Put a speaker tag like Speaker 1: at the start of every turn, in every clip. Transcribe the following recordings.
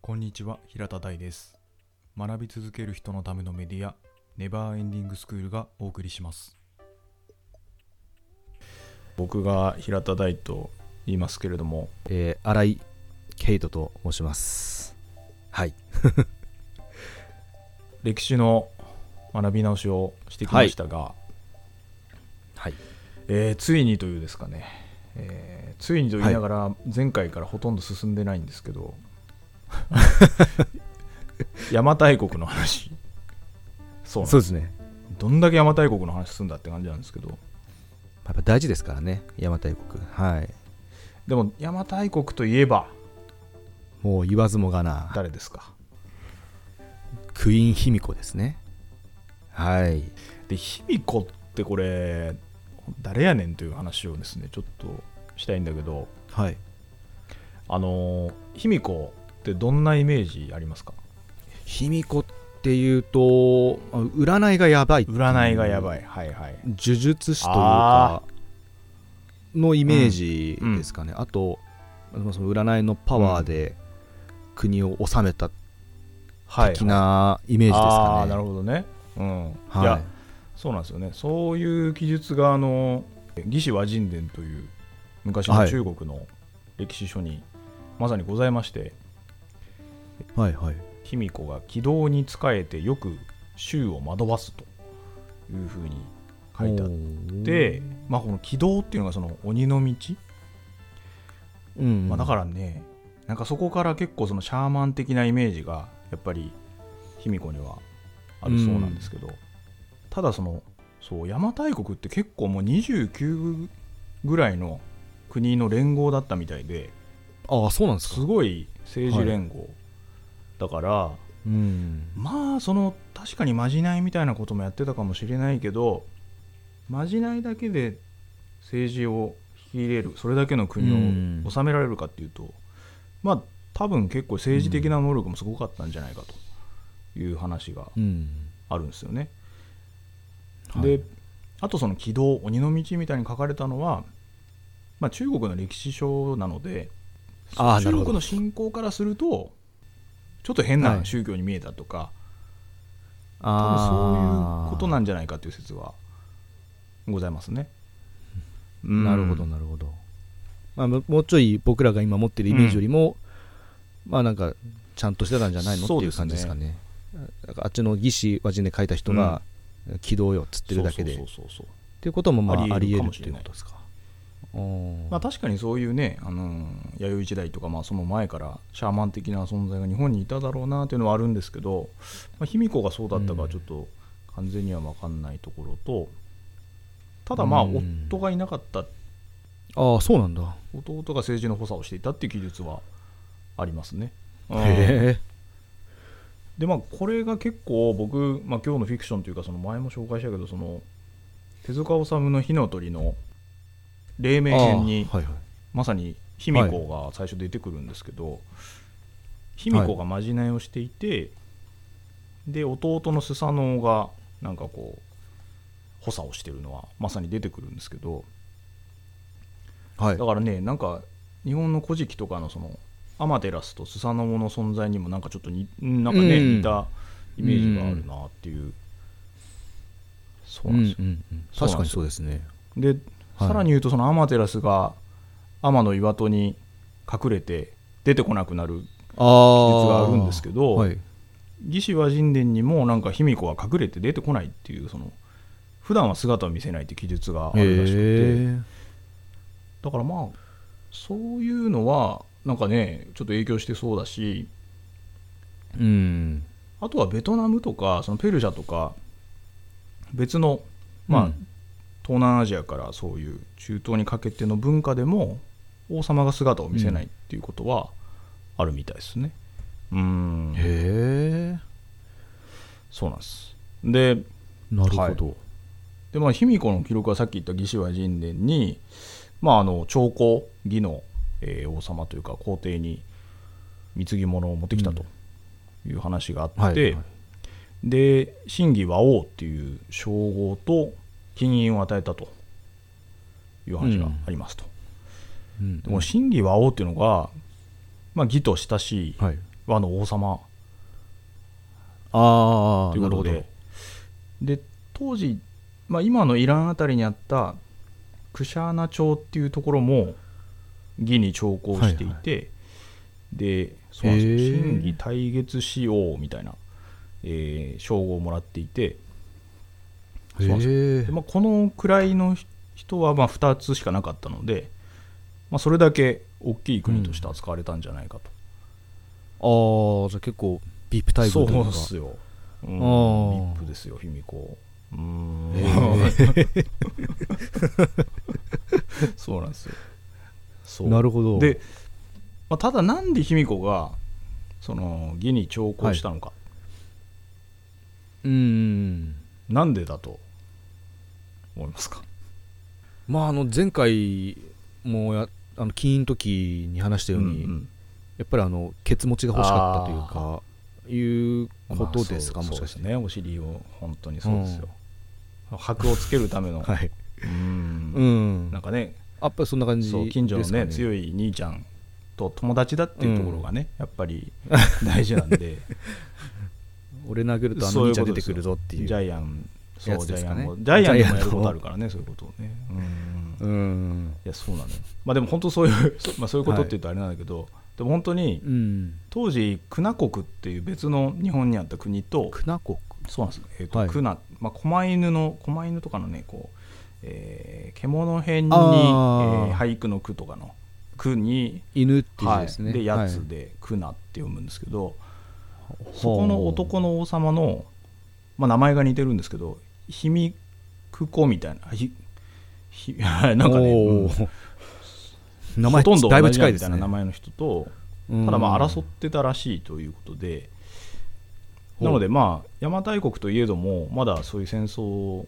Speaker 1: こんにちは平田大です学び続ける人のためのメディアネバーエンディングスクールがお送りします僕が平田大と言いますけれども
Speaker 2: えー、新井ケイトと申します。はい。
Speaker 1: 歴史の学び直しをしてきましたが、
Speaker 2: はい。
Speaker 1: えーついにというですかね、えーついにと言いながら前回からほとんど進んでないんですけど、 邪馬台国の話そうなん
Speaker 2: そ
Speaker 1: で
Speaker 2: う
Speaker 1: す
Speaker 2: ですね。
Speaker 1: どんだけ邪馬台国の話すんだって感じなんですけど
Speaker 2: やっぱ大事ですからね、邪馬台国。はい。
Speaker 1: でも邪馬台国といえば
Speaker 2: もう言わずもがな、
Speaker 1: 誰ですか
Speaker 2: クイーン卑弥呼ですね。はい。
Speaker 1: で卑弥呼ってこれ誰やねんという話をですねちょっとしたいんだけど
Speaker 2: はい。
Speaker 1: あのー卑弥呼ってどんなイメージありますか
Speaker 2: 卑弥呼っていうと、あ占いがやばい。
Speaker 1: 占いがやば
Speaker 2: い。
Speaker 1: いはいはい
Speaker 2: 呪術師というか、のイメージですかね。あと、その占いのパワーで国を治めた
Speaker 1: はい
Speaker 2: 的なイメージですかね。
Speaker 1: ああーなるほどねうん、い、
Speaker 2: は
Speaker 1: やそうなんですよねそういう記述があの魏志和人伝という昔の中国の歴史書に、まさにございまして
Speaker 2: い。はいはい。
Speaker 1: 卑弥呼が軌道に仕えてよく衆を惑わすというふうに書いてあっ
Speaker 2: って
Speaker 1: て、、まあ、この軌道っていうのがその鬼の道、
Speaker 2: うん
Speaker 1: まあ、だかららねなんかそこから結構そのシャーマン的なイメージがやっぱり卑弥呼にはあるそうなんですけど、ただそのそう邪馬台国って結構もう29ぐらいの国の連合だったみたいで
Speaker 2: ああそうなんです
Speaker 1: す
Speaker 2: か、
Speaker 1: ごい政治連合、だから
Speaker 2: うん、
Speaker 1: まあその確かにまじないみたいなこともやってたかもしれないけどまじないだけで政治を引き入れるそれだけの国
Speaker 2: うん
Speaker 1: を治められるかっていうと、まあ多分結構政治的な能力もすごかったんじゃないかという話が
Speaker 2: うん
Speaker 1: あるんですよね。
Speaker 2: はい
Speaker 1: であとその「軌道鬼の道」みたいに書かれたのは、まあ、中国の歴史書なので
Speaker 2: ああ
Speaker 1: 中
Speaker 2: なるほ
Speaker 1: 国
Speaker 2: ど
Speaker 1: の信仰からするとちょっと変
Speaker 2: は
Speaker 1: ない宗教に見えたとか、多分そう
Speaker 2: あ
Speaker 1: い
Speaker 2: あ
Speaker 1: うことなんじゃないかという説はございますね。
Speaker 2: うんなるほど
Speaker 1: うん
Speaker 2: なるほど、まあ、ももうちょい僕らが今持ってるイメージよりも、まあなんかちゃんとしてたんじゃないのって
Speaker 1: そう
Speaker 2: い
Speaker 1: で
Speaker 2: う
Speaker 1: すね
Speaker 2: 感じですかねなんかあっちの義士和人で書いた人が軌道よっつってるだけで
Speaker 1: そう
Speaker 2: っ
Speaker 1: そうそうそう
Speaker 2: ていうこともまあ
Speaker 1: あ
Speaker 2: あ
Speaker 1: り
Speaker 2: り
Speaker 1: えるか
Speaker 2: える
Speaker 1: も
Speaker 2: っ
Speaker 1: して
Speaker 2: い
Speaker 1: れ
Speaker 2: う
Speaker 1: な
Speaker 2: こ
Speaker 1: い
Speaker 2: とですかお
Speaker 1: まあ、確かにそういうね、あのー弥生時代とか、まあ、その前からシャーマン的な存在が日本にいただろうなというのはあるんですけど、まあ、卑弥呼がそうだったかはちょっと完全には分かんないところと、ただまあ
Speaker 2: うん
Speaker 1: 夫がいなかった
Speaker 2: ああそうなんだ
Speaker 1: 弟が政治の補佐をしていたっていう記述はありますね。うん
Speaker 2: へ
Speaker 1: でまあこれが結構僕、まあ、今日のフィクションというかその前も紹介したけどその手塚治虫の「火の鳥」の黎
Speaker 2: え
Speaker 1: 明編に
Speaker 2: はいはい
Speaker 1: まさに卑弥呼が最初出てくるんですけど、卑弥呼がまじないをしていて、で弟のスサノオがなんかこう補佐をしてるのはまさに出てくるんですけど
Speaker 2: はい
Speaker 1: だからねなんか日本の「古事記」とかのそのアマテラスとスサノオの存在にもなんかちょっとになんかね、
Speaker 2: うん
Speaker 1: 似たイメージがあるなっていう、そうなんですよ、
Speaker 2: うんうんうん確かにそうですね
Speaker 1: で
Speaker 2: はい
Speaker 1: さらに言うとそのアマテラスが天の岩戸に隠れて出てこなくなる
Speaker 2: あ
Speaker 1: 記述
Speaker 2: あ
Speaker 1: があるんですけど、
Speaker 2: はい、
Speaker 1: 魏志和人伝にもなんか卑弥呼は隠れて出てこないっていうその普段は姿を見せないって記述があるらしくて、
Speaker 2: え
Speaker 1: だからまあそういうのはなんかねちょっと影響してそうだし
Speaker 2: えうん
Speaker 1: あとはベトナムとかそのペルシャとか別の、まあ
Speaker 2: うん
Speaker 1: 東南アジアからそういう中東にかけての文化でも王様が姿を見せないっていうことはあるみたいですね。うん、
Speaker 2: へえ
Speaker 1: そうなんですで
Speaker 2: なるほど、
Speaker 1: で、まあ、卑弥呼の記録はさっき言った魏志倭人伝に、まあ、あの朝貢義の、えー王様というか皇帝に貢ぎ物を持ってきたという話があって、
Speaker 2: はいはい
Speaker 1: で真偽和王っていう称号と金印を与えたという話がありますと、
Speaker 2: うん
Speaker 1: でこの真偽和王っていうのが、まあ、義と親しい
Speaker 2: はい、
Speaker 1: 和の王様
Speaker 2: あ
Speaker 1: と
Speaker 2: あ
Speaker 1: いう
Speaker 2: な
Speaker 1: こと
Speaker 2: るほど
Speaker 1: でで当時、まあ、今のイランあたりにあったクシャーナ町っていうところも義に徴工していて、でそうなんですよ
Speaker 2: へー
Speaker 1: 真偽対月使用みたいな、えー称号をもらっていて
Speaker 2: へ
Speaker 1: そうなん
Speaker 2: え
Speaker 1: で、まあ、この位の人はまあ2つしかなかったので、まあ、それだけ大きい国として扱われたんじゃないかと。
Speaker 2: ああじゃあ結構ビープタイプと
Speaker 1: そ
Speaker 2: いうう
Speaker 1: で
Speaker 2: か
Speaker 1: すよ。うん、
Speaker 2: あー
Speaker 1: リップですよ、卑弥呼。うーん、 そうなんですよ。そう
Speaker 2: なるほど
Speaker 1: で、まあ、ただ、なんで卑弥呼がその義に徴工したのか、
Speaker 2: うんうんうん
Speaker 1: なんでだと思いますか。
Speaker 2: まああの前回もやあの金の時に話したように、
Speaker 1: ん
Speaker 2: やっぱりあのケツ持ちが欲しかったというかいう
Speaker 1: うん
Speaker 2: ことですか、
Speaker 1: まあ
Speaker 2: も
Speaker 1: そ
Speaker 2: し
Speaker 1: う
Speaker 2: か
Speaker 1: で
Speaker 2: し
Speaker 1: す
Speaker 2: て、
Speaker 1: ね、お尻を本当にそうですよ。箔をつけるための、
Speaker 2: はい、
Speaker 1: うん
Speaker 2: うん
Speaker 1: なんかね、
Speaker 2: やっぱりそんな感じ
Speaker 1: そう近所の
Speaker 2: ですか
Speaker 1: ね強い兄ちゃんと友達だっていうところがね、やっぱり大事 なんで
Speaker 2: 俺投げるとあ
Speaker 1: そ
Speaker 2: の
Speaker 1: ういう
Speaker 2: 兄ち
Speaker 1: こ
Speaker 2: ゃ
Speaker 1: と
Speaker 2: ん出てくるぞって
Speaker 1: ジ
Speaker 2: いう
Speaker 1: ャイアンそう
Speaker 2: やつ
Speaker 1: ジャ
Speaker 2: です
Speaker 1: イ
Speaker 2: か
Speaker 1: ア
Speaker 2: ね
Speaker 1: ンもジャイアンでもやること
Speaker 2: ジャイアンの
Speaker 1: あるからねそういうことをねうん
Speaker 2: うん
Speaker 1: いやそうなのよまあでも本当そういう、 そまあ、そういうことっていうとあれなんだけど、でも本当に
Speaker 2: うん
Speaker 1: 当時クナ国っていう別の日本にあった国と
Speaker 2: クナコ
Speaker 1: そうなんです、えーと
Speaker 2: はい
Speaker 1: クナ、まあ、狛犬の狛犬とかのねこう、えー獣辺に、え
Speaker 2: あ
Speaker 1: ー
Speaker 2: ー
Speaker 1: 俳句の句とかの句に
Speaker 2: 犬っていう字です
Speaker 1: は
Speaker 2: ね、
Speaker 1: い、で
Speaker 2: は
Speaker 1: や
Speaker 2: い
Speaker 1: つでクナって読むんですけど、
Speaker 2: ほう
Speaker 1: そこの男の王様の、まあ、名前が似てるんですけど卑弥呼みたいなひひ なんかね、
Speaker 2: お
Speaker 1: うん
Speaker 2: ー名前
Speaker 1: ほとんど
Speaker 2: だいぶ
Speaker 1: 同じな
Speaker 2: 近
Speaker 1: ん
Speaker 2: いで
Speaker 1: みた
Speaker 2: す
Speaker 1: いな
Speaker 2: ね
Speaker 1: 名前の人と、
Speaker 2: うん
Speaker 1: ただまあ争ってたらしいということで、
Speaker 2: ほう
Speaker 1: なのでまあ邪馬台国といえどもまだそういう戦争を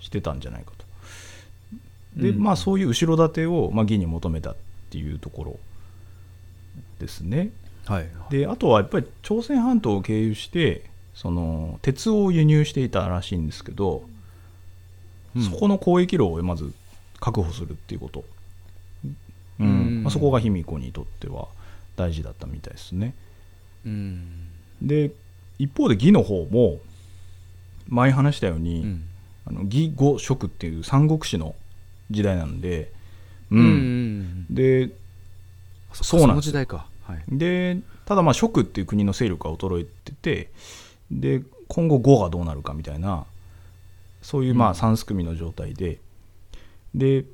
Speaker 1: してたんじゃないかとで、
Speaker 2: うん
Speaker 1: まあそういう後ろ盾を、まあ、義に求めたっていうところですね
Speaker 2: はい
Speaker 1: であとはやっぱり朝鮮半島を経由してその鉄を輸入していたらしいんですけど、
Speaker 2: うん
Speaker 1: そこの交易路をまず確保するっていうこと、うん
Speaker 2: うん
Speaker 1: まあ、そこが卑弥呼にとっては大事だったみたいですね
Speaker 2: うん
Speaker 1: で一方で義の方も前話したよう
Speaker 2: う
Speaker 1: に、
Speaker 2: ん
Speaker 1: あの義語職っていう三国志の時代なんで、
Speaker 2: う
Speaker 1: うん
Speaker 2: ん
Speaker 1: で
Speaker 2: そ
Speaker 1: そ
Speaker 2: っ
Speaker 1: う
Speaker 2: か
Speaker 1: な
Speaker 2: そ
Speaker 1: ん
Speaker 2: の
Speaker 1: です
Speaker 2: 時代かはい
Speaker 1: でただまあ蜀っていう国の勢力が衰えててで今後呉がどうなるかみたいなそういうま
Speaker 2: うん
Speaker 1: あ三すくみの状態で、で、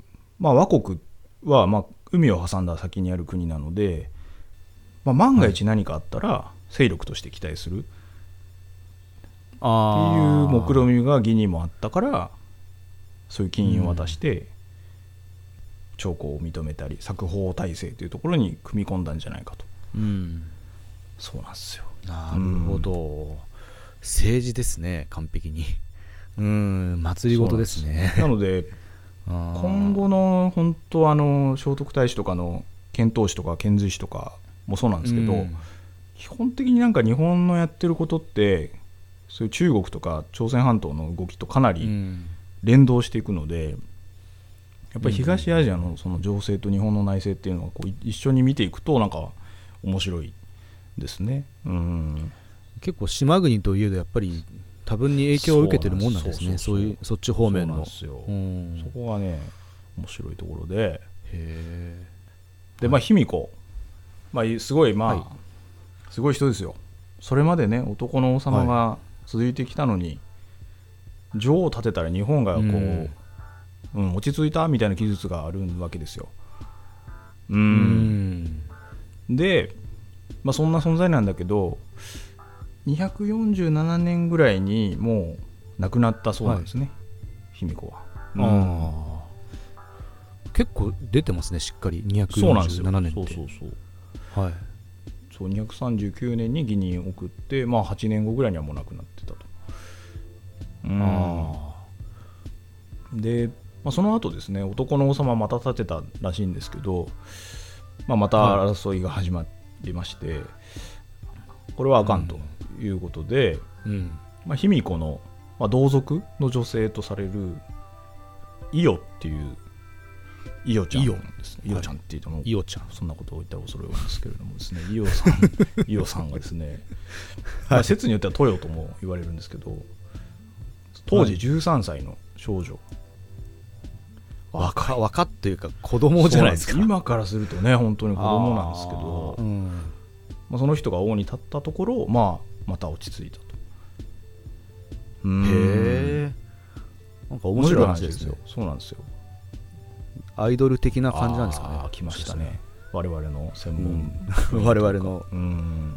Speaker 1: まあ、和国はまあ海を挟んだ先にある国なので、まあ、万が一何かあったら勢力として期待するっていう
Speaker 2: あー
Speaker 1: 目論見みが義にもあったからそういう金印を渡して朝貢を認めたり作法体制というところに組み込んだんじゃないかと
Speaker 2: うん
Speaker 1: そうなんですよ。
Speaker 2: なるほど、政治ですね完璧にうん祭り事ですね
Speaker 1: なの で今
Speaker 2: 今
Speaker 1: 後の本当あの聖徳太子とかの遣唐使とか遣隋使とかもそうなんですけど、基本的になんか日本のやってることってそういう中国とか朝鮮半島の動きとかなり連動していくので、やっぱり東アジアのその情勢と日本の内政っていうのをこうい一緒に見ていくとなんか面白いですね。うん
Speaker 2: 結構島国といえどやっぱり多分に影響を受けてるもんなんですね
Speaker 1: そ
Speaker 2: そうう
Speaker 1: なんです
Speaker 2: いうそっち方面の
Speaker 1: そうなんですよ
Speaker 2: うん
Speaker 1: そこがね面白いところで。
Speaker 2: へ
Speaker 1: でまあ卑弥呼、まあ、すごいまあ、
Speaker 2: はい
Speaker 1: すごい人ですよそれまでね男の王様が続いてきたのに、女王を立てたら日本がこう、う
Speaker 2: うんん
Speaker 1: 落ち着いたみたいな記述があるわけですよう、
Speaker 2: うんん
Speaker 1: で、まあ、そんな存在なんだけど247年ぐらいにもう亡くなったそうなんですね、卑弥呼は、うん
Speaker 2: あー結構出てますねしっかり
Speaker 1: そうなんですよ
Speaker 2: 247年
Speaker 1: そう
Speaker 2: って
Speaker 1: そうそう
Speaker 2: はい
Speaker 1: そう239年に義任を送って、まあ、8年後ぐらいにはもう亡くなってたと。うん
Speaker 2: あ
Speaker 1: で、まあ、その後ですね男の王様また立てたらしいんですけど、まあ、また
Speaker 2: はい
Speaker 1: 争いが始まりまして、これはあかんということで、
Speaker 2: ーうん
Speaker 1: まあ、卑弥呼の、まあ、同族の女性とされる伊予っていうイオちゃん
Speaker 2: イオ
Speaker 1: ですねイオちゃんって言っても
Speaker 2: イオちゃん
Speaker 1: そんなことを言ったら恐れ多いんですけれども ですねイオさんイオさんがですね、まあ説によってはトヨとも言われるんですけど当時
Speaker 2: はい
Speaker 1: 13歳の少女、
Speaker 2: 若若っていうか子供じゃないですか
Speaker 1: そうなん今からするとね本当に子供なんですけど
Speaker 2: あーうん
Speaker 1: まあ、その人が王に立ったところ、まあ、また落ち着いたとうーん
Speaker 2: へえなんか面白い話ですよ
Speaker 1: そうなんですよ
Speaker 2: アイドル的な感じなんですかね
Speaker 1: あー来ましたね我々の専門、
Speaker 2: うん 我々の
Speaker 1: うーん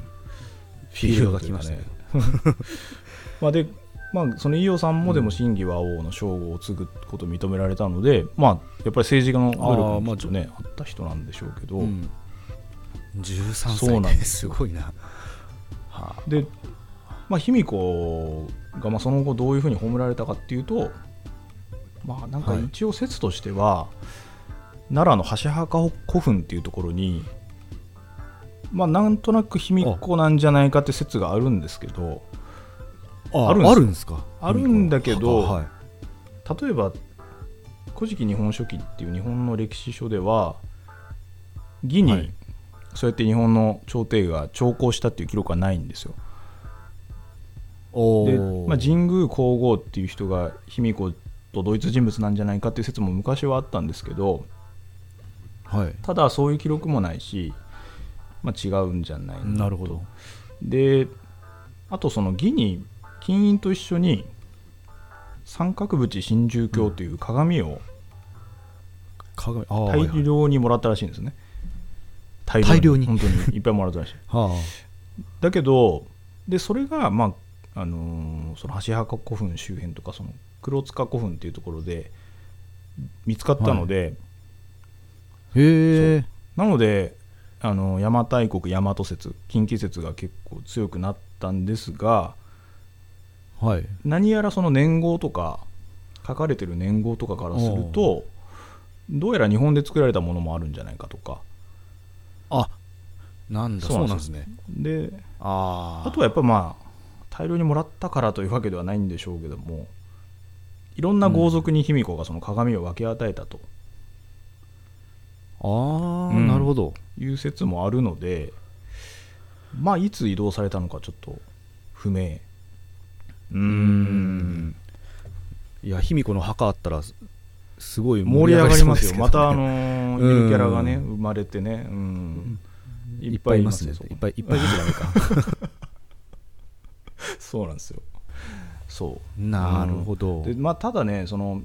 Speaker 2: フィールドが来ましたね
Speaker 1: まあでまあ、その飯尾さんもでも真偽は王の称号を継ぐことを認められたので、まあ、やっぱり政治家の努
Speaker 2: あー
Speaker 1: 力
Speaker 2: まあ
Speaker 1: もちょっとねあった人なんでしょうけど、
Speaker 2: うん13歳
Speaker 1: そうなんです
Speaker 2: ごいなはあ
Speaker 1: で、まあ、卑弥呼がまあその後どういうふうに葬られたかっていうと、まあ、なんか
Speaker 2: はい
Speaker 1: 一応説としては、奈良の箸墓古墳っていうところに、まあ、なんとなく卑弥呼なんじゃないかって説があるんですけど
Speaker 2: あ
Speaker 1: あるんです
Speaker 2: あるんですか
Speaker 1: あるんだけど
Speaker 2: はい
Speaker 1: 例えば「古事記日本書紀」っていう日本の歴史書では義に、
Speaker 2: はい
Speaker 1: そうやって日本の朝廷が朝貢したっていう記録はないんですよ。
Speaker 2: お
Speaker 1: で、
Speaker 2: ー
Speaker 1: まあ、神宮皇后っていう人が卑弥呼と同一人物なんじゃないかっていう説も昔はあったんですけど
Speaker 2: はい
Speaker 1: ただそういう記録もないし、まあ、違うんじゃない
Speaker 2: なるほど
Speaker 1: であとその義に金印と一緒に三角縁真珠鏡という鏡を
Speaker 2: 鏡あーはい
Speaker 1: 大
Speaker 2: はい
Speaker 1: 量にもらったらしいんですね、
Speaker 2: 大量に
Speaker 1: 本当にいっぱいもらったら しい
Speaker 2: は
Speaker 1: だけどでそれがまああのーその箸墓古墳周辺とかその黒塚古墳っていうところで見つかったので、
Speaker 2: あへえ
Speaker 1: なのであの邪馬台国大和説近畿説が結構強くなったんですが
Speaker 2: はい
Speaker 1: 何やらその年号とか書かれてる年号とかからするとどうやら日本で作られたものもあるんじゃないかとか
Speaker 2: あなんだ
Speaker 1: そ
Speaker 2: そうう
Speaker 1: な
Speaker 2: な
Speaker 1: で
Speaker 2: んんですすね
Speaker 1: で
Speaker 2: あ
Speaker 1: あとはやっぱまあ大量にもらったからというわけではないんでしょうけどもいろんな豪族に卑弥呼がその鏡を分け与えたと
Speaker 2: あー、
Speaker 1: うん
Speaker 2: なるほど
Speaker 1: いう説もあるのでまあいつ移動されたのかちょっと不明うーん
Speaker 2: いや卑弥呼の墓あったらすすごい
Speaker 1: 盛り上がり ますよ
Speaker 2: 盛
Speaker 1: ま
Speaker 2: り上
Speaker 1: たあ
Speaker 2: がりそう
Speaker 1: の
Speaker 2: で
Speaker 1: ーニ
Speaker 2: うん
Speaker 1: ューキャラがね生まれてねうん
Speaker 2: すけどいっぱいいますね
Speaker 1: そこ
Speaker 2: いっぱいいっぱい出てダメか
Speaker 1: そうなんですよそう
Speaker 2: なるほど
Speaker 1: でまあ、ただねその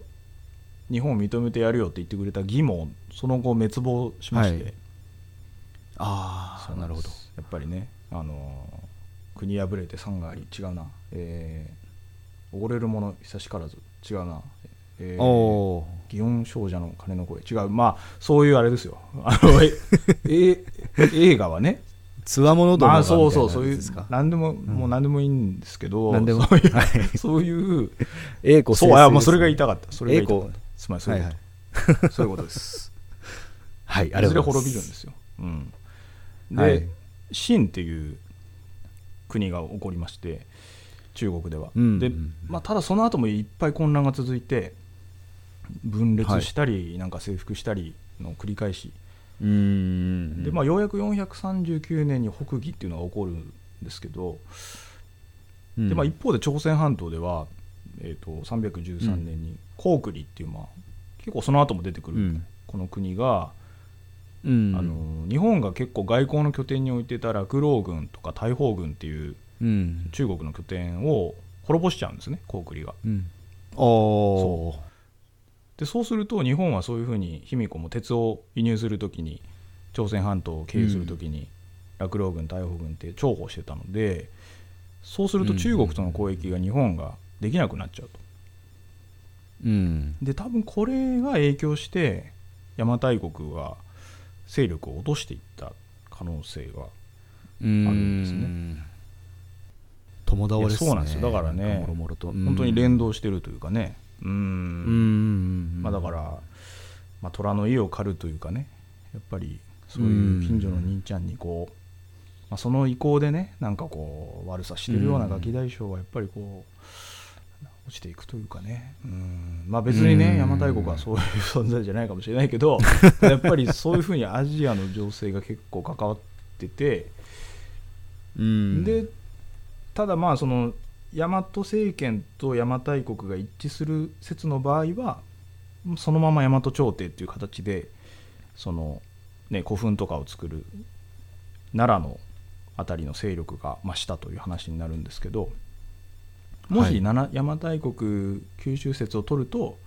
Speaker 1: 日本を認めてやるよって言ってくれた義もその後滅亡しまして、
Speaker 2: はいあ
Speaker 1: そ
Speaker 2: あ
Speaker 1: う
Speaker 2: なる
Speaker 1: ん
Speaker 2: ほ
Speaker 1: で
Speaker 2: ど
Speaker 1: すやっぱりね、あのー国破れて山があり違うな、えー、溺れる者久しからず違うな、えー
Speaker 2: おー
Speaker 1: 祇園少女の鐘の声違うまあそういうあれですよあのええ映画はね
Speaker 2: つわものども
Speaker 1: まあ
Speaker 2: がみたいな
Speaker 1: そうそう
Speaker 2: やつ
Speaker 1: そういう
Speaker 2: ですか
Speaker 1: 何でも、もう何でもいいんですけど
Speaker 2: 何で も
Speaker 1: そういう,、
Speaker 2: はい
Speaker 1: そう いう
Speaker 2: 栄子
Speaker 1: そうあもうそれが言いたかったそれが言いたかっ
Speaker 2: 栄
Speaker 1: た
Speaker 2: 光
Speaker 1: つまりそう
Speaker 2: はいいうは
Speaker 1: こと
Speaker 2: い
Speaker 1: そういうことです。
Speaker 2: はい あ
Speaker 1: い
Speaker 2: り
Speaker 1: ず
Speaker 2: が
Speaker 1: れ
Speaker 2: とうござい
Speaker 1: 滅
Speaker 2: ま
Speaker 1: び
Speaker 2: す
Speaker 1: るんですよ。うん、
Speaker 2: は
Speaker 1: で
Speaker 2: い、
Speaker 1: 秦、っていう国が起こりまして、中国では。
Speaker 2: うん
Speaker 1: で
Speaker 2: うん
Speaker 1: まあ、ただその後もいっぱい混乱が続いて、分裂したり、なんか征服したりの繰り返し、
Speaker 2: うーん
Speaker 1: でまあ、ようやく439年に北魏っていうのが起こるんですけど、
Speaker 2: うん
Speaker 1: でまあ、一方で朝鮮半島では、えー、と313年に高句麗っていう、まあ、結構その後も出てくる、
Speaker 2: うん
Speaker 1: この国が。
Speaker 2: うん
Speaker 1: あの日本が結構外交の拠点に置いてた落老軍とか大砲軍っていう
Speaker 2: うん
Speaker 1: 中国の拠点を滅ぼしちゃうんですね高句麗が
Speaker 2: うんおー
Speaker 1: でそうすると日本はそういうふうに卑弥呼も鉄を輸入するときに朝鮮半島を経由するときに落老軍大砲軍って重宝してたのでそうすると中国との交易が日本ができなくなっちゃうと
Speaker 2: うん
Speaker 1: で多分これが影響して邪馬台国は勢力を落としていった可能性が
Speaker 2: う
Speaker 1: あるんですね
Speaker 2: ん共倒れっすね
Speaker 1: いやそうなんですよだからね
Speaker 2: なんもろもろと
Speaker 1: 本当に連
Speaker 2: 動
Speaker 1: 動してるというかねうん
Speaker 2: うんうん
Speaker 1: まあ、だから、まあ、虎の家を狩るというかねやっぱりそういう近所の兄ちゃんにこう、まあ、その意向でねなんかこう悪さしてるようなガキ大将はやっぱりこう、落ちていくというかね、うんまあ、別にね、
Speaker 2: うん
Speaker 1: 邪馬台国はそういう存在じゃないかもしれないけ ど、やっぱりそういうふうにアジアの情勢が結構関わってて、
Speaker 2: うん
Speaker 1: でただまあその大和政権と邪馬台国が一致する説の場合はそのまま大和朝廷っていう形でその、ね、古墳とかを作る奈良のあたりの勢力が増したという話になるんですけども
Speaker 2: は
Speaker 1: し
Speaker 2: い
Speaker 1: なな邪馬台国九州説を取ると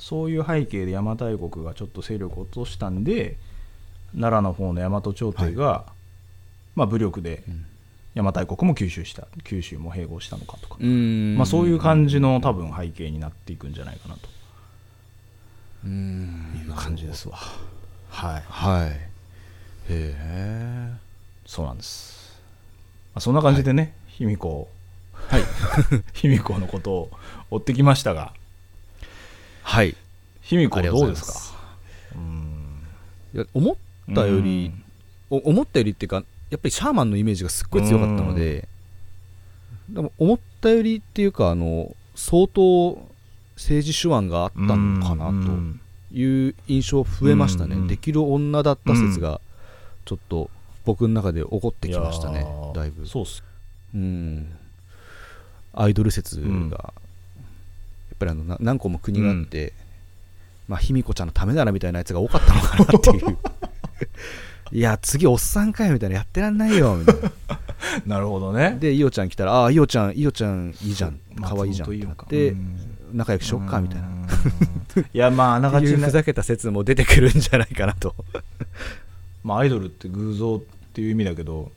Speaker 1: そういう背景で邪馬台国がちょっと勢力を落としたんで奈良の方の大和朝廷が、まあ、武力で
Speaker 2: うん
Speaker 1: 邪馬台国も吸収した九州も併合したのかとか、
Speaker 2: うん
Speaker 1: まあ、そういう感じの多分背景になっていくんじゃないかなと
Speaker 2: うん
Speaker 1: いう感じですわはい
Speaker 2: はいへえ
Speaker 1: そうなんです、まあ、そんな感じでね、卑弥呼はい 卑弥呼のことを追ってきましたが
Speaker 2: はい
Speaker 1: 卑弥
Speaker 2: あ
Speaker 1: 呼
Speaker 2: りがとう
Speaker 1: ど
Speaker 2: ご
Speaker 1: う
Speaker 2: ざい
Speaker 1: で
Speaker 2: ます
Speaker 1: か
Speaker 2: す
Speaker 1: うーん
Speaker 2: いや思ったよりお思ったよりっていうかやっぱりシャーマンのイメージがすっごい強かったのででも思ったよりっていうかあの相当政治手腕があった
Speaker 1: うん
Speaker 2: のかなと
Speaker 1: うん
Speaker 2: いう印象増えましたね、
Speaker 1: うんうん
Speaker 2: できる女だった説がちょっと僕の中で起こってきました
Speaker 1: い
Speaker 2: ね
Speaker 1: やー
Speaker 2: だいぶ
Speaker 1: そうっす
Speaker 2: うんアイドル説が、
Speaker 1: うん
Speaker 2: やっぱりあのな何個も国があって、まあ卑弥呼ちゃんのためならみたいなやつが多かったのかなって いういや次おっさんかよみたいなやってらんないよみたいな
Speaker 1: なるほどね
Speaker 2: でイオちゃん来たらああイオちゃんイオちゃんいいじゃん可愛いじゃんっ
Speaker 1: 松本
Speaker 2: てな
Speaker 1: 伊代
Speaker 2: っ
Speaker 1: か
Speaker 2: て
Speaker 1: うん
Speaker 2: 仲良くしよっかみたいな
Speaker 1: うーんいやまああなが
Speaker 2: って
Speaker 1: ち
Speaker 2: いう
Speaker 1: ね
Speaker 2: ふざけた説も出てくるんじゃないかなと
Speaker 1: まあ、アイドルって偶像っていう意味だけど、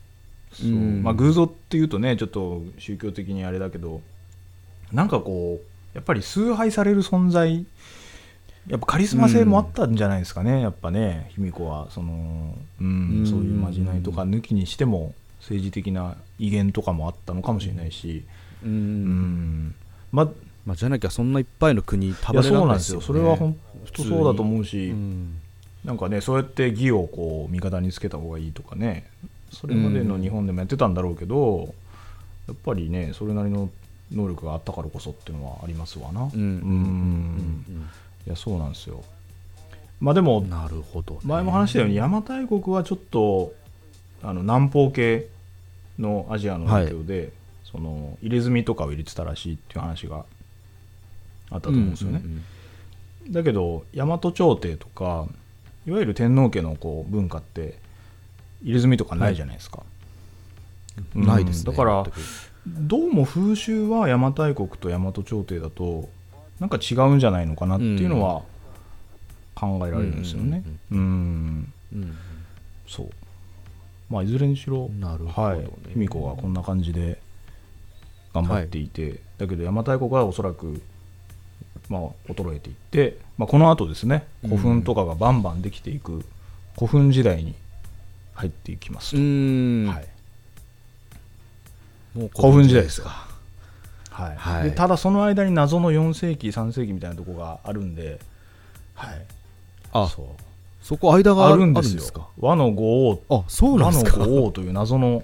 Speaker 1: そう
Speaker 2: うん
Speaker 1: まあ、偶像っていうとねちょっと宗教的にあれだけどなんかこうやっぱり崇拝される存在やっぱカリスマ性もあったんじゃないですかね、やっぱね卑弥呼はその、うん
Speaker 2: うん
Speaker 1: そういうまじないとか抜きにしても政治的な威厳とかもあったのかもしれないし、
Speaker 2: うん
Speaker 1: うんまあ
Speaker 2: まあ、じゃなきゃそんないっぱいの国食
Speaker 1: い
Speaker 2: べ
Speaker 1: や
Speaker 2: れ
Speaker 1: そうな
Speaker 2: な
Speaker 1: いん
Speaker 2: で
Speaker 1: ですす
Speaker 2: よ、
Speaker 1: よ
Speaker 2: ね、
Speaker 1: それは本当そうだと思うし、
Speaker 2: うん
Speaker 1: なんかねそうやって義をこう味方につけた方がいいとかねそれまでの日本でもやってたんだろうけど、やっぱりねそれなりの能力があったからこそっていうのはありますわなうん
Speaker 2: うんうん
Speaker 1: んいやそうなんですよまあでも
Speaker 2: なるほどね、
Speaker 1: 前も話したように邪馬台国はちょっとあの南方系のアジアの影響で、その入れ墨とかを入れてたらしいっていう話があったと思うんですよね、
Speaker 2: うんうんうん
Speaker 1: だけど大和朝廷とかいわゆる天皇家のこう文化って入れ墨とかないじゃないですか、うん
Speaker 2: ないですね、
Speaker 1: だから
Speaker 2: 全く
Speaker 1: どうも風習は邪馬台国と大和朝廷だとなんか違うんじゃないのかなっていうのは考えられるんですよねうん
Speaker 2: うん
Speaker 1: そうまあいずれにしろ
Speaker 2: なるほど
Speaker 1: は
Speaker 2: ね、
Speaker 1: い卑弥呼がこんな感じで頑張っていて、だけど邪馬台国はおそらく、まあ、衰えていって、まあ、この後ですね古墳とかがバンバンできていく古墳時代に入っていきますと、
Speaker 2: ん
Speaker 1: はい
Speaker 2: もう
Speaker 1: 古墳時代です
Speaker 2: か
Speaker 1: はい
Speaker 2: は
Speaker 1: で
Speaker 2: い
Speaker 1: ただその間に謎の4世紀3世紀みたいなとこがあるんで、はい、
Speaker 2: あそ
Speaker 1: そ
Speaker 2: こ間
Speaker 1: う
Speaker 2: があ
Speaker 1: あ
Speaker 2: る
Speaker 1: るん
Speaker 2: あ
Speaker 1: で
Speaker 2: るん
Speaker 1: す
Speaker 2: で
Speaker 1: よ
Speaker 2: すか
Speaker 1: 和の五王
Speaker 2: あそうな
Speaker 1: 和
Speaker 2: んで
Speaker 1: の
Speaker 2: すか
Speaker 1: 五王という謎の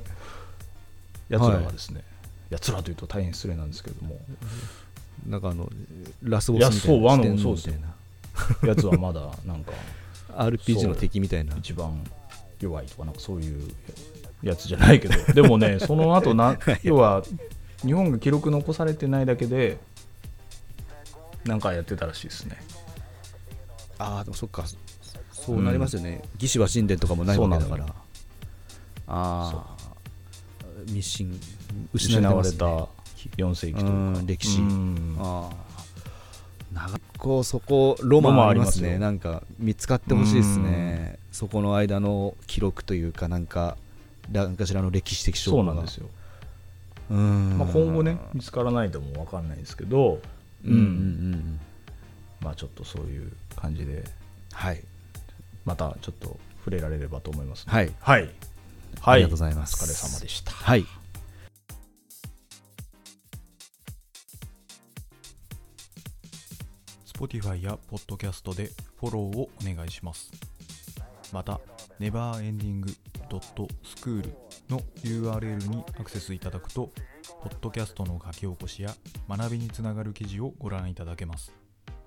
Speaker 1: やつらがですね、やつらというと大変失礼なんですけれども
Speaker 2: なんかあのラスボスみたいない
Speaker 1: やそう和の
Speaker 2: 四天王
Speaker 1: そう
Speaker 2: み
Speaker 1: です
Speaker 2: た
Speaker 1: よ
Speaker 2: いな
Speaker 1: やつはまだなんか
Speaker 2: RPG の敵みたいな
Speaker 1: 一番弱いとかなんかそういうやつじゃないけど でもねその後な要は日本が記録残されてないだけでなんかやってたらしいですね
Speaker 2: ああでもそっかそそうなりますよね、魏志は神殿とかもない
Speaker 1: そうな
Speaker 2: わけ
Speaker 1: ん
Speaker 2: だ
Speaker 1: だ
Speaker 2: からああ密信
Speaker 1: 失
Speaker 2: て
Speaker 1: わ
Speaker 2: ま
Speaker 1: れ
Speaker 2: すね
Speaker 1: た4世紀といううか
Speaker 2: ん歴史
Speaker 1: うん
Speaker 2: ああ長こうそこロマンありますね
Speaker 1: ロマン
Speaker 2: なんか見つかってほしいですねそこの間の記録というかなんか何かしらの歴史的証
Speaker 1: そう
Speaker 2: 拠が
Speaker 1: なんですよ、
Speaker 2: うん
Speaker 1: まあ、今後ね見つからないとも分かんないですけど、
Speaker 2: うんうんうん
Speaker 1: まあちょっとそういう感じで
Speaker 2: はい
Speaker 1: またちょっと触れられればと思いますね
Speaker 2: はい
Speaker 1: はい、はい、
Speaker 2: ありがとうございます
Speaker 1: お疲れ様でした
Speaker 2: はい
Speaker 1: Spotify や Podcast でフォローをお願いします。また、neverending.school の URL にアクセスいただくと、ポッドキャストの書き起こしや学びにつながる記事をご覧いただけます。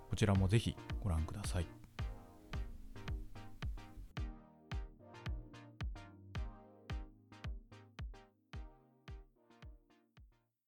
Speaker 1: こちらもぜひご覧ください。